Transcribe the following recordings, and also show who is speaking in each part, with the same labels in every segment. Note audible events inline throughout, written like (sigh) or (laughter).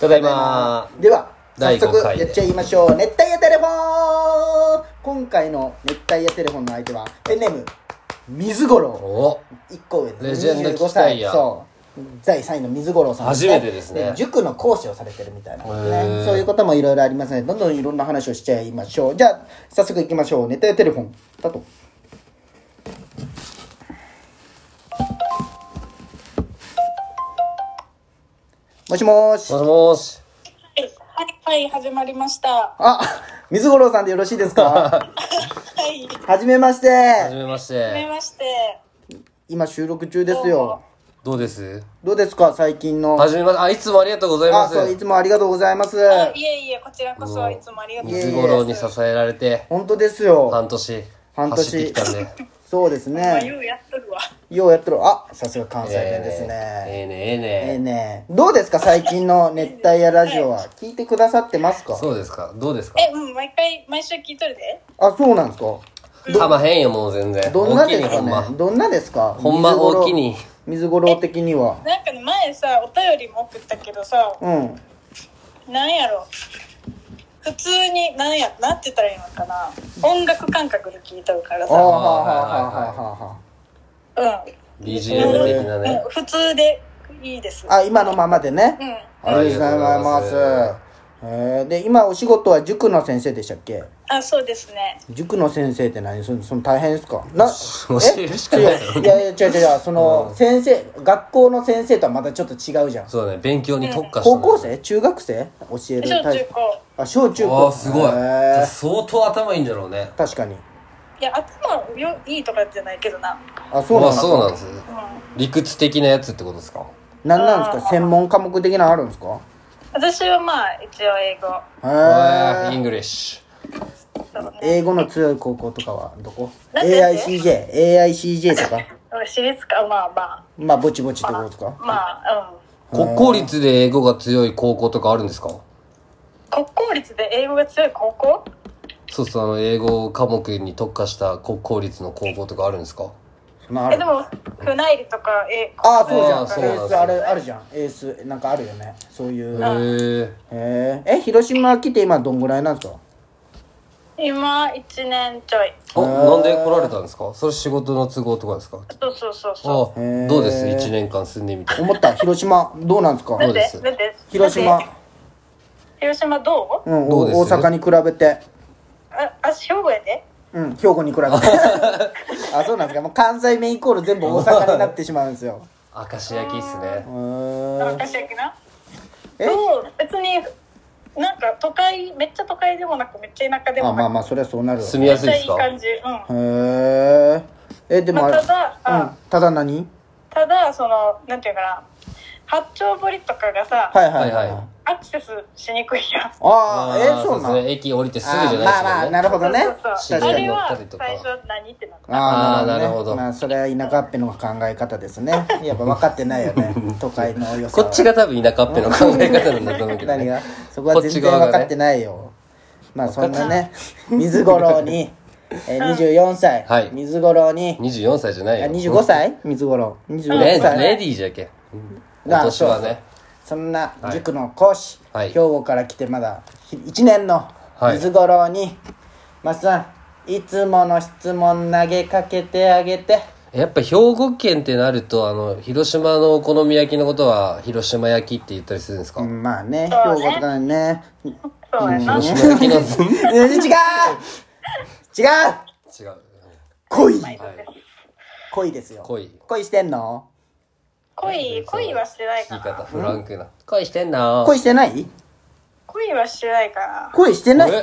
Speaker 1: ただいま
Speaker 2: では
Speaker 1: 第
Speaker 2: 早
Speaker 1: 五
Speaker 2: 速
Speaker 1: 回で
Speaker 2: やっちゃいましょう熱帯夜テレフォン今回の熱帯夜テレフォンの相手はペンネーム水五郎
Speaker 1: お
Speaker 2: 一個上で
Speaker 1: レ
Speaker 2: す
Speaker 1: ジェンド
Speaker 2: 25
Speaker 1: 期待
Speaker 2: 歳
Speaker 1: や
Speaker 2: そう第3位の水五郎さん
Speaker 1: 初めてですね
Speaker 2: 塾の講師をされてるみたいなんです
Speaker 1: へー
Speaker 2: ねそういうこともいろいろありますのでどんどんいろんな話をしちゃいましょうじゃあ早速いきましょうネタやテレフォンだともしもし
Speaker 1: もしもし
Speaker 3: はい、はい、始まりました。は
Speaker 2: あ水五郎さんでよろしいで
Speaker 1: (laughs)
Speaker 2: すか
Speaker 3: い、は
Speaker 2: はじめまし
Speaker 1: はじ
Speaker 2: て
Speaker 1: めまし
Speaker 3: め
Speaker 1: て
Speaker 3: まして。
Speaker 2: 今収録中です
Speaker 3: どう
Speaker 2: よ
Speaker 3: も
Speaker 1: どうです
Speaker 2: どうですか最近の
Speaker 1: はじめましてあいつもありがとうございま
Speaker 2: あ
Speaker 1: す
Speaker 2: そういつもありがとうございます
Speaker 3: あいえいえ、こちらこそいつもありがとうござ
Speaker 1: 水
Speaker 3: い
Speaker 1: 五郎に
Speaker 3: ま
Speaker 1: 支
Speaker 3: す。
Speaker 1: えられて
Speaker 2: 本当ですよ
Speaker 1: 半年
Speaker 2: 半年
Speaker 1: 走ってきたんで
Speaker 2: そうです
Speaker 3: まあ、よ
Speaker 2: ね。
Speaker 3: うやっとるわ。
Speaker 2: ようやってる。あ、さすが関西弁です
Speaker 1: ええ
Speaker 2: ね。
Speaker 1: ねええね
Speaker 2: え
Speaker 1: えね
Speaker 2: えねどうですか最近の熱帯夜ラジオは。聞いてくださってますか
Speaker 1: そうですかどうですか
Speaker 3: え、うん、毎回、毎週聞いとるで。
Speaker 2: あ、そうなんですか
Speaker 1: かまへんよもう全然
Speaker 2: どんなです
Speaker 1: 大きいに
Speaker 2: か
Speaker 1: ほん
Speaker 2: ね
Speaker 1: ま
Speaker 2: どんなですか
Speaker 1: ほんま
Speaker 2: 水五郎
Speaker 1: 大きに
Speaker 2: 水五郎的には。
Speaker 3: なんかね、前さ、お便りも送ったけどさ、
Speaker 2: うん。
Speaker 3: なんやろ。普通に、なんや、なんて言ったらいいのかな。音楽感覚で聞いとるから
Speaker 2: ああ、はあ
Speaker 3: さ。
Speaker 2: はあはあはあは
Speaker 3: うん。
Speaker 1: BGM 的なね
Speaker 3: うん、普通でいいです。
Speaker 2: あ。あ、今のままでね
Speaker 3: う。ん。
Speaker 2: ありがとうございます
Speaker 1: あ。
Speaker 2: えー、で今お仕事は塾の先生でしたっけ
Speaker 3: あ、そうですね。
Speaker 2: 塾の先生って何そのその大変ですかな
Speaker 1: 教えるしかないよ
Speaker 2: えいやいや違う違うその先生学校の先生とはまたちょっと違うじゃん
Speaker 1: そうだね勉強に特化して
Speaker 2: 高校生中学生教える
Speaker 3: 小
Speaker 2: タ
Speaker 3: 中
Speaker 2: イプ
Speaker 3: 高。
Speaker 2: あ小中
Speaker 1: あ
Speaker 2: 高
Speaker 1: あすごい
Speaker 2: へー
Speaker 1: 相当頭いいんだろうね
Speaker 2: 確かに
Speaker 3: いや、頭よいいとかじゃないけどな。
Speaker 2: あそう
Speaker 1: ま
Speaker 2: な
Speaker 1: あ
Speaker 2: んです
Speaker 1: そう
Speaker 2: か
Speaker 1: なんです
Speaker 3: うん。
Speaker 1: 理屈的なやつってことですか
Speaker 2: 何なんですか専門科目的なのあるんですか
Speaker 3: 私はまあ、一応英語。
Speaker 1: ええイ
Speaker 2: へ
Speaker 1: ン
Speaker 2: え
Speaker 1: グリッシ
Speaker 3: そうね
Speaker 2: 英語の強い高校とかはどこ
Speaker 3: なんてなんて
Speaker 2: ?AICJAICJ とか
Speaker 3: 私立かまあまあ
Speaker 2: まあぼちぼちってことですか
Speaker 3: まあうん
Speaker 1: ュ国公立で英語が強い高校とかあるんですか
Speaker 3: 国公立で英語が強い高校
Speaker 1: そうそうあの英語科目に特化した国公立の高校とかあるんですか
Speaker 2: そんなのあ
Speaker 3: え
Speaker 2: る
Speaker 3: でも府内理とかえ
Speaker 2: ああそうじゃん
Speaker 1: あー
Speaker 2: エ
Speaker 1: そうなんで
Speaker 2: ー
Speaker 1: す
Speaker 2: ス
Speaker 1: よ
Speaker 2: あれあるじゃんエースなんかあるよねそういうへ
Speaker 1: へえ
Speaker 2: ええ広島来て今どんぐらいなんですか
Speaker 3: 今1年ちょい
Speaker 1: あなんで来られたんですかそれ仕事の都合とかですか
Speaker 3: そうそうそうそ
Speaker 1: あ
Speaker 2: へー
Speaker 1: どうです1年間住んでみて
Speaker 2: 思った広島どうなんですか
Speaker 3: うなん
Speaker 1: どうで
Speaker 3: ですなんで
Speaker 2: 広
Speaker 3: な
Speaker 2: 島
Speaker 3: んで広島どう
Speaker 2: うん
Speaker 1: どう
Speaker 2: お
Speaker 1: です
Speaker 2: 大阪に比べて
Speaker 3: ああ兵庫やで
Speaker 2: うん兵庫に比
Speaker 1: (laughs)
Speaker 2: べてあそうなんですかもう関西弁イコール全部大阪になってしまうんですよ
Speaker 1: 明石焼きっすね
Speaker 2: へー
Speaker 3: 私やけな
Speaker 2: え
Speaker 3: どう別になんか都会めっちゃ都会でもなくめっちゃ田舎で
Speaker 2: あ
Speaker 3: も
Speaker 2: まあ
Speaker 3: なく
Speaker 2: まあそりゃそうなるわ
Speaker 1: 住み
Speaker 2: へ
Speaker 3: め
Speaker 1: や
Speaker 3: っ
Speaker 1: すい
Speaker 3: ちゃ
Speaker 1: で
Speaker 3: い
Speaker 1: す
Speaker 3: い
Speaker 1: か
Speaker 3: 感じうん
Speaker 2: ええでも
Speaker 3: ま
Speaker 2: あ
Speaker 3: あ
Speaker 2: れ、
Speaker 3: ただ
Speaker 2: うん
Speaker 3: あ、
Speaker 2: ただ何
Speaker 3: ただそのなんていうかな八丁堀とかがさ
Speaker 2: はいはいは、
Speaker 1: はいいはい
Speaker 3: アクセスしにくいやん
Speaker 2: ああえ
Speaker 1: ー
Speaker 2: そう
Speaker 1: で
Speaker 2: な
Speaker 1: す
Speaker 2: ん
Speaker 1: ね駅降りてすぐじゃないですよね
Speaker 2: あーまあまあなるほどね
Speaker 3: そうそう
Speaker 2: 確
Speaker 3: そう
Speaker 2: か
Speaker 3: あ
Speaker 2: に
Speaker 3: れ
Speaker 1: 乗っ
Speaker 3: は
Speaker 1: たりとか
Speaker 3: 最初何ってなった
Speaker 2: ああなる
Speaker 1: あーなる
Speaker 2: ほ
Speaker 1: ほ
Speaker 2: ど、ね、
Speaker 1: ど
Speaker 2: まあそれは田舎っぺの考え方です
Speaker 1: (laughs)
Speaker 2: ねやっぱ分かってないよね都会の良さ
Speaker 1: こ
Speaker 2: は
Speaker 1: っちが多分田舎っぺの考え方なんだと思うけど、
Speaker 2: 何
Speaker 1: ね、
Speaker 2: がそこは全然分かってないよ、まあそんなね水五郎
Speaker 1: (laughs)
Speaker 2: に、えー、24歳、
Speaker 1: はい
Speaker 2: 水五郎に
Speaker 1: 24歳じゃない
Speaker 2: あ
Speaker 1: よ
Speaker 2: 25歳水五郎
Speaker 1: レ
Speaker 2: 25歳、
Speaker 1: レディーじゃけん
Speaker 2: なあ
Speaker 1: 今年はね
Speaker 2: そんな塾の講師、
Speaker 1: はい
Speaker 2: 兵庫から来てまだ1年の
Speaker 1: はい
Speaker 2: 水五郎に「マスさんいつもの質問投げかけてあげて
Speaker 1: やっぱ兵庫県ってなるとあの広島のお好み焼きのことは広島焼きって言ったりするんです」か、
Speaker 2: うんまあね兵
Speaker 3: そう
Speaker 2: 庫
Speaker 3: ね
Speaker 2: とかね
Speaker 3: そうやな
Speaker 1: 広島焼きなんですね
Speaker 2: 違う違う
Speaker 1: (laughs) 違う
Speaker 2: 恋
Speaker 1: はい
Speaker 2: 恋ですよ
Speaker 1: 恋
Speaker 2: 恋してんの
Speaker 3: 恋恋はしてない
Speaker 1: 言
Speaker 3: か
Speaker 1: い
Speaker 3: な
Speaker 1: 方フランクな恋してんな
Speaker 2: 恋してない
Speaker 3: 恋はしてないか
Speaker 2: 恋してない
Speaker 1: え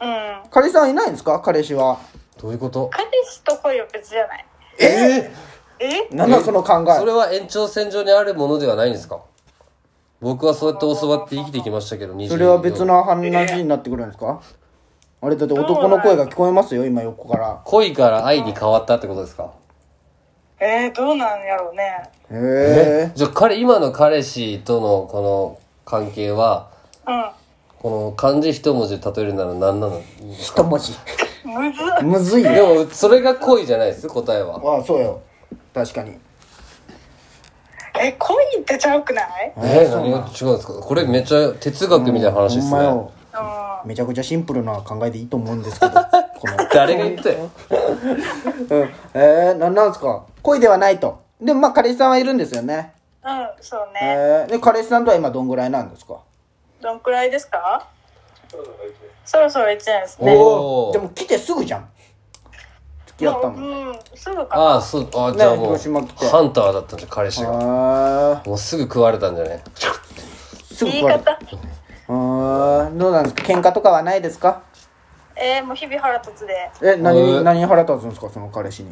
Speaker 3: なうん
Speaker 2: 彼氏さんいないんですか彼氏は
Speaker 1: どういうこと
Speaker 3: 彼氏と恋は別じゃない
Speaker 2: え
Speaker 3: え
Speaker 2: なんだその考
Speaker 1: それ
Speaker 2: え
Speaker 1: は延長線上にあるものではないんですか僕はそうやって教わって生きてきましたけど24
Speaker 2: それは別の話になってくるんですかあれだって男の声が聞こえますよ今横から
Speaker 1: 恋から愛に変わったってことですか
Speaker 3: えー、どうなんやろうね
Speaker 2: へえ
Speaker 1: じゃあ彼今の彼氏とのこの関係は
Speaker 3: う
Speaker 1: この漢字一文字で例えるなら何なの
Speaker 2: 一文字
Speaker 3: んむずっ
Speaker 2: むずい
Speaker 1: で
Speaker 2: よ
Speaker 1: もそれが恋じゃないです答えは
Speaker 2: ああそうよ確かに
Speaker 3: ええコインってちゃうくない
Speaker 1: えー、何が違うんですかこれめっちゃ哲学みたいな話です
Speaker 2: ほんま
Speaker 1: ね
Speaker 2: よ。
Speaker 3: うん
Speaker 2: めちゃくちゃシンプルな考えでいいと思う
Speaker 1: (laughs)
Speaker 2: んですけど。この
Speaker 1: 誰が言ったよ
Speaker 2: うん、えー、なんなんですか恋ではないと。でもまあ彼氏さんはいるんですよね。
Speaker 3: うんそうね
Speaker 2: えー、で彼氏さんとは今どんぐらいなんですか
Speaker 3: どんくらいですかそろそろ1年ですね
Speaker 1: おー
Speaker 2: でも来てすぐじゃん。付き合ったもん。
Speaker 3: うんすぐか
Speaker 1: ああそうあーじゃあ
Speaker 2: ね
Speaker 1: もう
Speaker 2: 広島来て
Speaker 1: ハンターだったんじゃん彼氏が
Speaker 2: あ
Speaker 1: もうすぐ食われたんじゃね
Speaker 2: ーすぐ
Speaker 3: 言い
Speaker 2: 来られた。
Speaker 3: 方
Speaker 2: あーどうなんですか喧嘩とかはないですか
Speaker 3: えーもう日々腹立つで
Speaker 2: え、何、
Speaker 1: えー
Speaker 2: 何に腹立つんですかその彼氏に。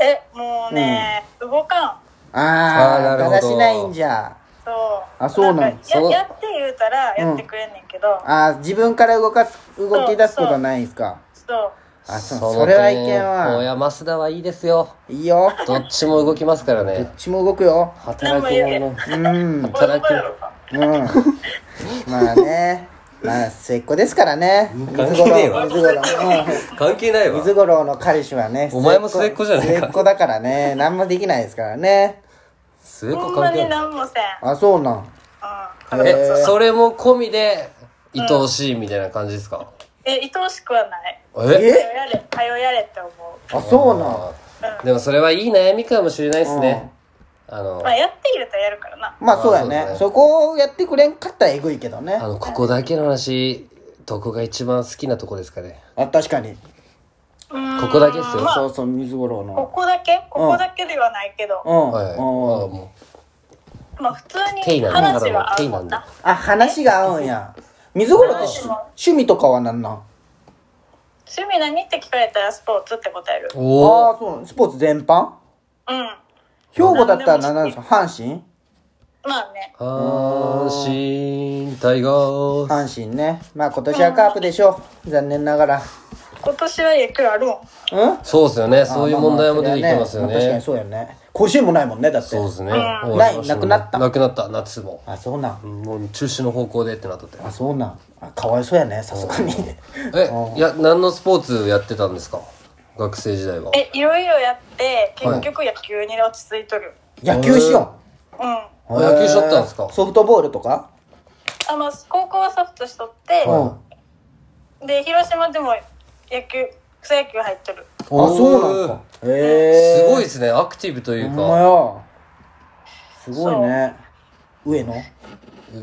Speaker 3: えもうね、動かん
Speaker 2: あ
Speaker 1: あー
Speaker 2: ー、
Speaker 1: なるほ
Speaker 2: だ
Speaker 1: ど
Speaker 2: らしないんじゃ。
Speaker 3: そう
Speaker 2: あそうなん
Speaker 3: かや
Speaker 1: そう
Speaker 3: やって言うたらやってくれんねんけど、
Speaker 2: あー、自分から動かす、動き出すことはないんですか
Speaker 3: そう
Speaker 2: あ、そう、
Speaker 1: の
Speaker 2: それはいけん
Speaker 1: 点大
Speaker 2: わ。
Speaker 1: 山増田はいいですよ
Speaker 2: いいよ。
Speaker 1: どっちも動きますから
Speaker 2: ど
Speaker 1: ね
Speaker 2: っちも動くよ。
Speaker 1: 働く者
Speaker 2: うん。
Speaker 1: 働く
Speaker 2: うん。まあね。まあ、末っ子ですからね。水
Speaker 1: 関
Speaker 2: 五
Speaker 1: 係ねえ
Speaker 2: 郎、
Speaker 1: わ
Speaker 2: 水五郎。う
Speaker 1: 関係ない
Speaker 2: ん
Speaker 1: わ
Speaker 2: 水五郎の彼氏はね。
Speaker 1: お前も末っ子じゃねえか
Speaker 2: 末っ子だからね。何もできないですからね。
Speaker 1: 末っ
Speaker 3: ほ
Speaker 1: 子
Speaker 3: んま
Speaker 1: 関係
Speaker 3: に
Speaker 1: ない
Speaker 3: 何もせん
Speaker 2: あ、そうなん。
Speaker 3: うん
Speaker 2: へ
Speaker 1: えそれも込みで愛おしいみたいな感じですか
Speaker 3: え愛おしくはない
Speaker 1: え
Speaker 2: え
Speaker 3: 早やれ早やれって思う
Speaker 2: あ、そうなん。
Speaker 1: でもそれはいい悩みかもしれないですねあの
Speaker 3: まあやって言うたらやるからな
Speaker 2: まあそうや
Speaker 1: あそうだ
Speaker 2: ね。
Speaker 1: ね
Speaker 2: そこをやってくれんかったらえぐいけどね
Speaker 1: あ。のここだけの話どこが一番好きなとこですかね
Speaker 2: あ、確かに。
Speaker 3: うん
Speaker 1: ここだけっすよ
Speaker 3: まあ
Speaker 2: そうそう、水五郎
Speaker 3: こ
Speaker 2: の。
Speaker 3: こだけここだけではないけど、
Speaker 2: うん。
Speaker 1: はいああ
Speaker 2: うん
Speaker 1: も
Speaker 3: まあ普通
Speaker 1: う手
Speaker 3: に
Speaker 1: なんだ
Speaker 3: 話は合
Speaker 1: 手
Speaker 3: うも
Speaker 1: なん
Speaker 3: ん
Speaker 1: だ
Speaker 3: な
Speaker 2: あ、話が合うんや。水五郎って趣趣味とかはなんなん
Speaker 3: 趣味何って聞かれたらスポーツって答える
Speaker 2: あ
Speaker 1: お
Speaker 2: あ
Speaker 1: お
Speaker 2: ー、そうなん。スポーツ全般
Speaker 3: うん
Speaker 2: 兵庫だったら何なんですか阪神
Speaker 3: まあね
Speaker 1: 阪神タイガース
Speaker 2: 阪神ねまあ今年はカープでしょう残念ながら
Speaker 3: 今年は野球あるもん
Speaker 2: うん
Speaker 1: そうですよねそういう問題も出てきてますよ
Speaker 2: ああああ確か
Speaker 1: ね
Speaker 2: にそうやね甲子園もないもんねだって
Speaker 1: そうですね
Speaker 3: うん
Speaker 1: お
Speaker 2: ない
Speaker 1: 話も
Speaker 2: なくなった
Speaker 1: なくなった夏も
Speaker 2: あそうなん
Speaker 1: うんもう中止の方向でってなっとって
Speaker 2: あそうなんあかわいそうやねさすがに
Speaker 1: えいや何のスポーツやってたんですか学生時代は
Speaker 3: えいろいろやって結局野球に落ち着いとる、
Speaker 2: 野球しよ
Speaker 3: うん
Speaker 2: う
Speaker 1: あ野球しよったんすか
Speaker 2: ソフトボールとか
Speaker 3: あの高校はソフトしとって、
Speaker 2: うんあ
Speaker 3: で広島でも野球草野球入っとる
Speaker 2: そうなんかへえ
Speaker 1: すごいですねアクティブという
Speaker 2: ほんま
Speaker 1: か
Speaker 2: やすごいね上野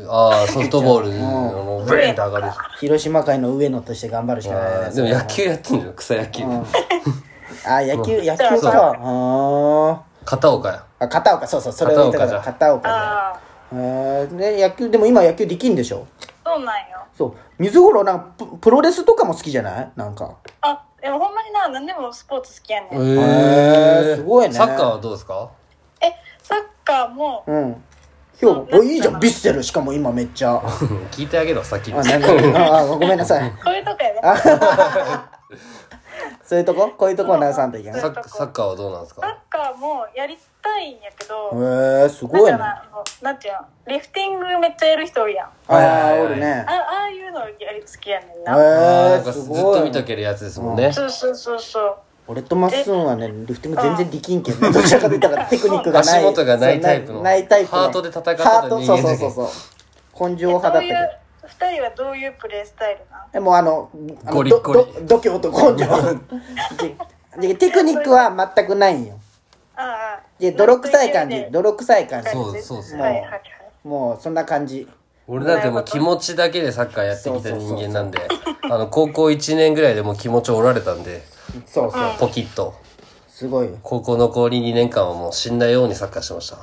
Speaker 1: ああソフトボールのブレーンって上がる
Speaker 2: 広島界の上野として頑張るしかない
Speaker 1: あ
Speaker 2: ね
Speaker 1: ーでも野球やってんじゃん草野球
Speaker 2: あ野球野球
Speaker 1: そう
Speaker 2: かあ
Speaker 1: 片岡や
Speaker 2: ーあ片岡そうそうそれを言ってたから片岡ね
Speaker 3: ああ
Speaker 2: えー、ね野球でも今野球できんでしょ
Speaker 3: そうなんよ
Speaker 2: そう水五郎なんかププロレスとかも好きじゃないなんか
Speaker 3: あでもほんまにな何でもスポーツ好きやねん、
Speaker 2: へーすごいね
Speaker 1: サッカーはどうですか (laughs)
Speaker 3: えサッカーも
Speaker 2: うん今日おいいじゃんビッセルしかも今めっちゃあ
Speaker 1: うん聞いてあげろ先に
Speaker 2: なんだああごめんなさい
Speaker 3: こういうとこやね
Speaker 2: あそういうとここういうとこを直さんといけない
Speaker 1: サッサッカーはどうなんです
Speaker 3: サ
Speaker 1: か
Speaker 3: ッカーもやりたいんやけど、
Speaker 2: へえー、す
Speaker 3: なん
Speaker 2: ごい
Speaker 3: か
Speaker 2: ね
Speaker 3: なあのなんていうのリフティングめっちゃやる人おるやんあ
Speaker 2: ああ
Speaker 1: はいはいはい
Speaker 2: おるね
Speaker 3: ああいうのやり好きやねん
Speaker 2: へえ
Speaker 3: な
Speaker 1: あーなん
Speaker 2: ー、
Speaker 1: かず
Speaker 2: す
Speaker 1: っ
Speaker 2: ご
Speaker 1: と見
Speaker 2: い
Speaker 1: とけるやつですもんね
Speaker 3: そうそうそうそう
Speaker 2: 俺とマッスンはねリフティング全然できんけんねどちらかといったらテクニックがない
Speaker 1: 足元がないタイプの
Speaker 2: そうないないタイプの
Speaker 1: ハートで戦ってた
Speaker 2: ハート
Speaker 1: 人
Speaker 2: そ
Speaker 1: 間
Speaker 2: う
Speaker 1: で
Speaker 2: そうそうそう根性
Speaker 3: えど
Speaker 2: 派だった
Speaker 3: うい
Speaker 2: け
Speaker 3: う
Speaker 2: ど
Speaker 3: 二人はどういうプレースタイルなん
Speaker 2: えもうあの、あの
Speaker 1: ゴリッゴリ
Speaker 2: どど度胸と根性ででテクニックは全くないんよ
Speaker 3: ああ
Speaker 2: で泥臭い感
Speaker 3: なん
Speaker 2: じ
Speaker 3: と言ってるね
Speaker 2: 泥臭い感じ
Speaker 1: そうそうそう
Speaker 3: はいはいはい
Speaker 2: もうそんな感じ
Speaker 1: 俺なんてもう気持ちだけでサッカーやってきた人間なんであの高校1年ぐらいでもう気持ち折られたんで
Speaker 2: そうそう
Speaker 1: ポキッと
Speaker 2: すごいよ
Speaker 1: 高校残り2年間はもう死んだようにサッカーしてました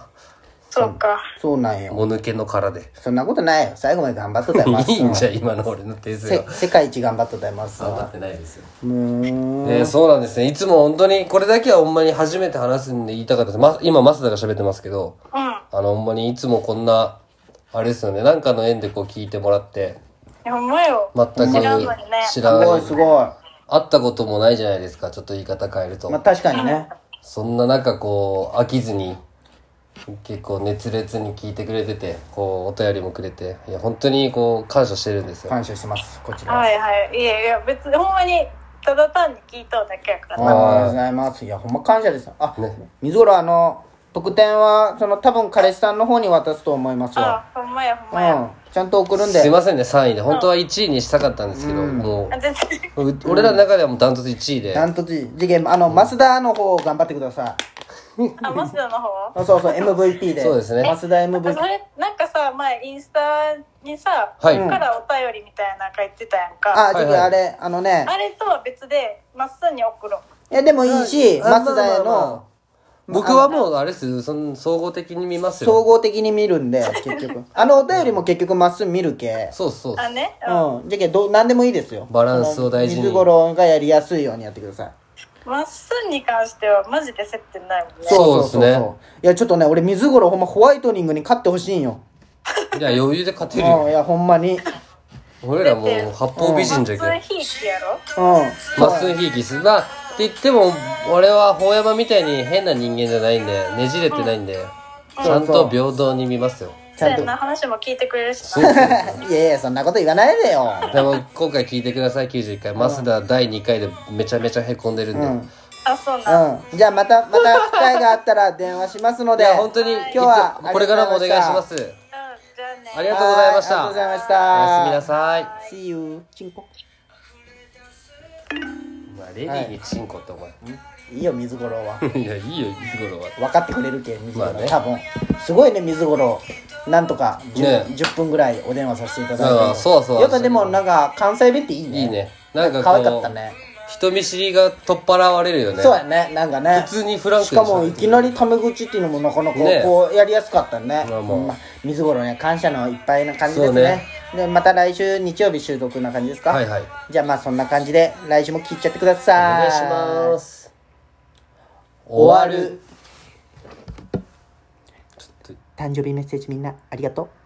Speaker 3: そうか
Speaker 2: そうなんよ
Speaker 1: もぬけの殻で
Speaker 2: そんなことないよ最後まで頑張っとったよマッス
Speaker 1: いい
Speaker 2: ン
Speaker 1: ん
Speaker 2: は
Speaker 1: じゃん今の俺の訂正
Speaker 2: せ
Speaker 1: は
Speaker 2: 世界一頑張っとったよマッスン
Speaker 1: 分か
Speaker 2: は
Speaker 1: ってないですよ
Speaker 2: うーん
Speaker 1: えー、そうなんですね。いつも本当に、これだけはほんまに初めて話すんで言いたかったです。ま、今、マスダが喋ってますけど、
Speaker 3: うん
Speaker 1: あの、ほんまにいつもこんな、あれですよね、なんかの縁でこう聞いてもらって、
Speaker 3: いやほんまよ
Speaker 1: 全く
Speaker 3: 知らんのにね
Speaker 1: 知
Speaker 2: す
Speaker 1: ら
Speaker 2: ご
Speaker 1: ない
Speaker 2: すご
Speaker 1: 会ったこともないじゃないですか、ちょっと言い方変えると。
Speaker 2: いまあ確かにね
Speaker 1: そんな中、こう、飽きずに、結構熱烈に聞いてくれてて、こう、お便りもくれて、いや、本当にこう、感謝してるんですよ。
Speaker 2: 感謝してますこちら
Speaker 3: はいはいいやいや別にほんまにただ単に聞いとうだけやから
Speaker 2: ありがとうございますいやほんま感謝ですあ、水五郎あの特典はその多分彼氏さんの方に渡すと思いますよ
Speaker 3: あほんまやほん
Speaker 2: う
Speaker 3: まや
Speaker 2: んちゃんと送るんです
Speaker 1: いませんね3位で本当は1位にしたかったんですけど、
Speaker 2: うん
Speaker 1: も
Speaker 3: あ
Speaker 1: (laughs)
Speaker 3: 全然
Speaker 1: うう俺らの中ではもうダントツ1位で
Speaker 2: なんと次元あの増田の方頑張ってください
Speaker 3: あマスダの方
Speaker 2: そうそ
Speaker 1: (laughs)
Speaker 2: うそう MVP で
Speaker 1: そうですね
Speaker 2: 増田
Speaker 3: なんかそ
Speaker 2: MVP
Speaker 3: れなんかさ前インスタにさ、
Speaker 1: はい
Speaker 3: ここからお便りみたいなの書いてたやんか
Speaker 2: あ
Speaker 3: あ
Speaker 2: 次
Speaker 1: はいはい
Speaker 2: あれあのね
Speaker 3: れとは別でまっすーに送ろう
Speaker 2: いやでもいいし
Speaker 1: あまあ
Speaker 2: 増田へ
Speaker 1: まあまあ
Speaker 2: の
Speaker 1: 僕はもうあれですその総合的に見ます
Speaker 2: 総
Speaker 1: よ
Speaker 2: 合的に見るんで結
Speaker 1: (laughs)
Speaker 2: 局あのお便りも結局まっすぐ見るけ
Speaker 1: そうそう
Speaker 3: あね、
Speaker 2: うんじゃけど何でもいいですよ
Speaker 1: バランスを大事に
Speaker 2: 水ごろがやりやすいようにやってください
Speaker 3: まっすーに関してはマジで接点ないもんね
Speaker 1: そうですね
Speaker 2: いやちょっとね俺水ごろほんまホワイトニングに勝ってほしいんよ
Speaker 1: いや余裕で勝
Speaker 2: う
Speaker 1: て
Speaker 2: ん
Speaker 1: るよ
Speaker 2: いやほんまにうん
Speaker 1: 俺らもう八方美
Speaker 3: ま
Speaker 1: 人
Speaker 3: っ
Speaker 1: じ
Speaker 3: す
Speaker 1: ゃけ
Speaker 3: ーひいきやろ
Speaker 1: まっすんひいきすなって言っても俺は法山みたいに変な人間じゃないんでねじれてないんでちゃんと平等に見ますよ
Speaker 2: ち
Speaker 3: そう
Speaker 2: ゃ
Speaker 3: や
Speaker 2: ん
Speaker 3: な話も聞いてくれるし
Speaker 1: そうそうそう
Speaker 2: といやいやそんなこと言わないでよ
Speaker 1: でも今回聞いてください91回マスダ第2回でめちゃめちゃへこんでるんで、
Speaker 2: うん
Speaker 3: あそうなん
Speaker 2: うんじゃあまたまた機会があったら電話しますの
Speaker 1: い
Speaker 2: で
Speaker 1: や本当に今
Speaker 2: 日は
Speaker 1: これからもお願いします
Speaker 3: うんじゃあね
Speaker 1: ありがとうございまし
Speaker 2: は
Speaker 1: た
Speaker 2: ありがとうございまし
Speaker 1: お
Speaker 2: た
Speaker 1: やすみなさい
Speaker 2: See you チンコ
Speaker 1: まあレディーにチンコってお前、、
Speaker 2: いいよ水五郎はい
Speaker 1: やいいよいつ頃は
Speaker 2: 分かってくれるけ水五郎、
Speaker 1: まあね
Speaker 2: 多分すごいね水五郎なんとか 10,、
Speaker 1: ね
Speaker 2: 10分ぐらいお電話させていただいて、
Speaker 1: うんそうそう
Speaker 2: やっぱでもなんか関西弁っていいね
Speaker 1: いいねなんかこう
Speaker 2: 可愛かったね
Speaker 1: 人見知りが取っ払われるよね
Speaker 2: そうやねなんかね
Speaker 1: 普通にフランクに
Speaker 2: しかもいきなりタメ口っていうのもなかなか
Speaker 1: ね
Speaker 2: こうやりやすかったね
Speaker 1: まあまあ
Speaker 2: ほんま水五郎ね感謝のいっぱいな感じです
Speaker 1: そう
Speaker 2: ね
Speaker 1: ね
Speaker 2: でまた来週日曜日収録な感じですか
Speaker 1: はいはい
Speaker 2: じゃあまあそんな感じで来週も聞いちゃってくだ
Speaker 1: お
Speaker 2: さ
Speaker 1: 願
Speaker 2: い
Speaker 1: いします
Speaker 2: 終わる
Speaker 1: ちょっと
Speaker 2: 誕生日メッセージみんなありがとう